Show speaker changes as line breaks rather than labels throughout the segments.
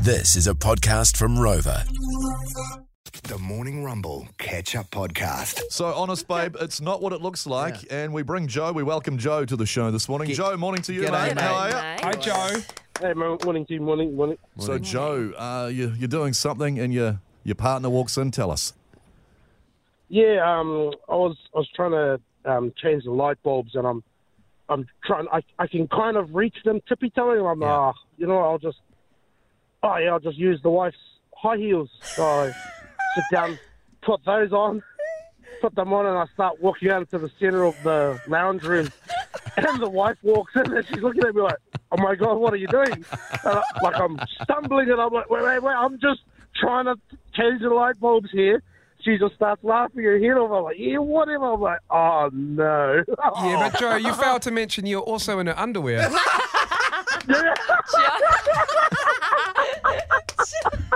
This is a podcast from Rover.
The Morning Rumble Catch Up Podcast.
So, honest babe, it's not what it looks like. And we bring Joe, we welcome Joe to the show this morning. Joe, morning to you, mate. How are you?
Hi, Joe.
Hey, mo- morning team, morning, morning.
So, Joe, uh, you, you're doing something and your, your partner walks in. Tell us.
Yeah, um, I was I was trying to um, change the light bulbs, and I'm I'm trying. I, I can kind of reach them tippy toeing. I'm ah, you know, I'll just oh yeah, I'll just use the wife's high heels. So I sit down, put those on, put them on, and I start walking out into the center of the lounge room. And the wife walks in, and she's looking at me like, "Oh my god, what are you doing?" And I, like I'm stumbling, and I'm like, "Wait, wait, wait! I'm just trying to change the light bulbs here." She just starts laughing her head off. I'm like, "Yeah, whatever." I'm like, "Oh no!"
Yeah, but Joe, you failed to mention you're also in her underwear.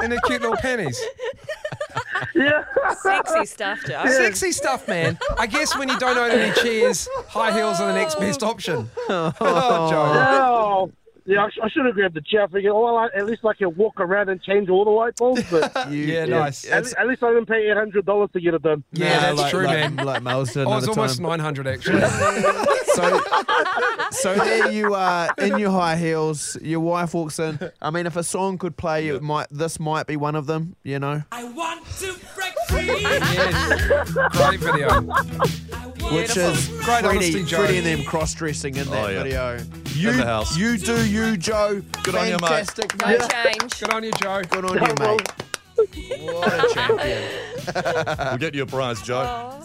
In her cute little panties.
yeah.
Sexy stuff, Joe.
Sexy stuff, man. I guess when you don't own any chairs, high heels are the next best option. Oh, Joe.
Oh. Yeah, I, sh- I should have grabbed the chair. I figured, well, I, at least I can walk around and change all the light bulbs. But
Yeah, nice.
at,
That's-
le- at least I didn't pay eight hundred dollars to get it done.
yeah,
Nah,
that's
like-
true,
like-
man.
Like Miles did
I was
another
almost
time.
900, actually.
So, so there you are in your high heels. Your wife walks in. I mean, if a song could play, it might. This might be one of them. You know.
I want to break free.
Yes. Great video.
Which is
Great honesty,
Freddie,
Joe.
Freddie and them cross dressing in that
Oh, yeah.
video. You,
In the house.
you do you, Joe.
Good on you, mate.
Fantastic,
No
mate.
change.
Good on you, Joe.
Good on you, mate. What a champion.
We'll get you a prize, Joe.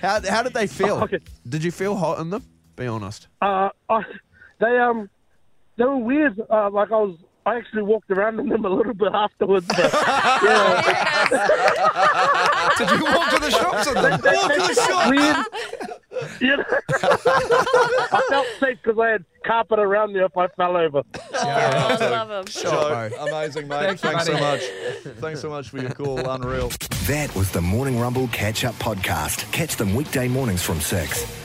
How, how did they feel?
Okay.
Did you feel hot in them? Be honest.
Uh, I, they um, they were weird. Uh, like I was, I actually walked around in them a little bit afterwards. But yeah,
Did you walk to the shops with them?
they, they just got weird. You know? I felt safe because I had carpet around me if I fell over.
Oh, I love him.
Joe, amazing, mate.
Thank you,
Thanks so
buddy.
much. Thanks so much for your call. Unreal.
That was the Morning Rumble Catch Up Podcast. Catch them weekday mornings from 6.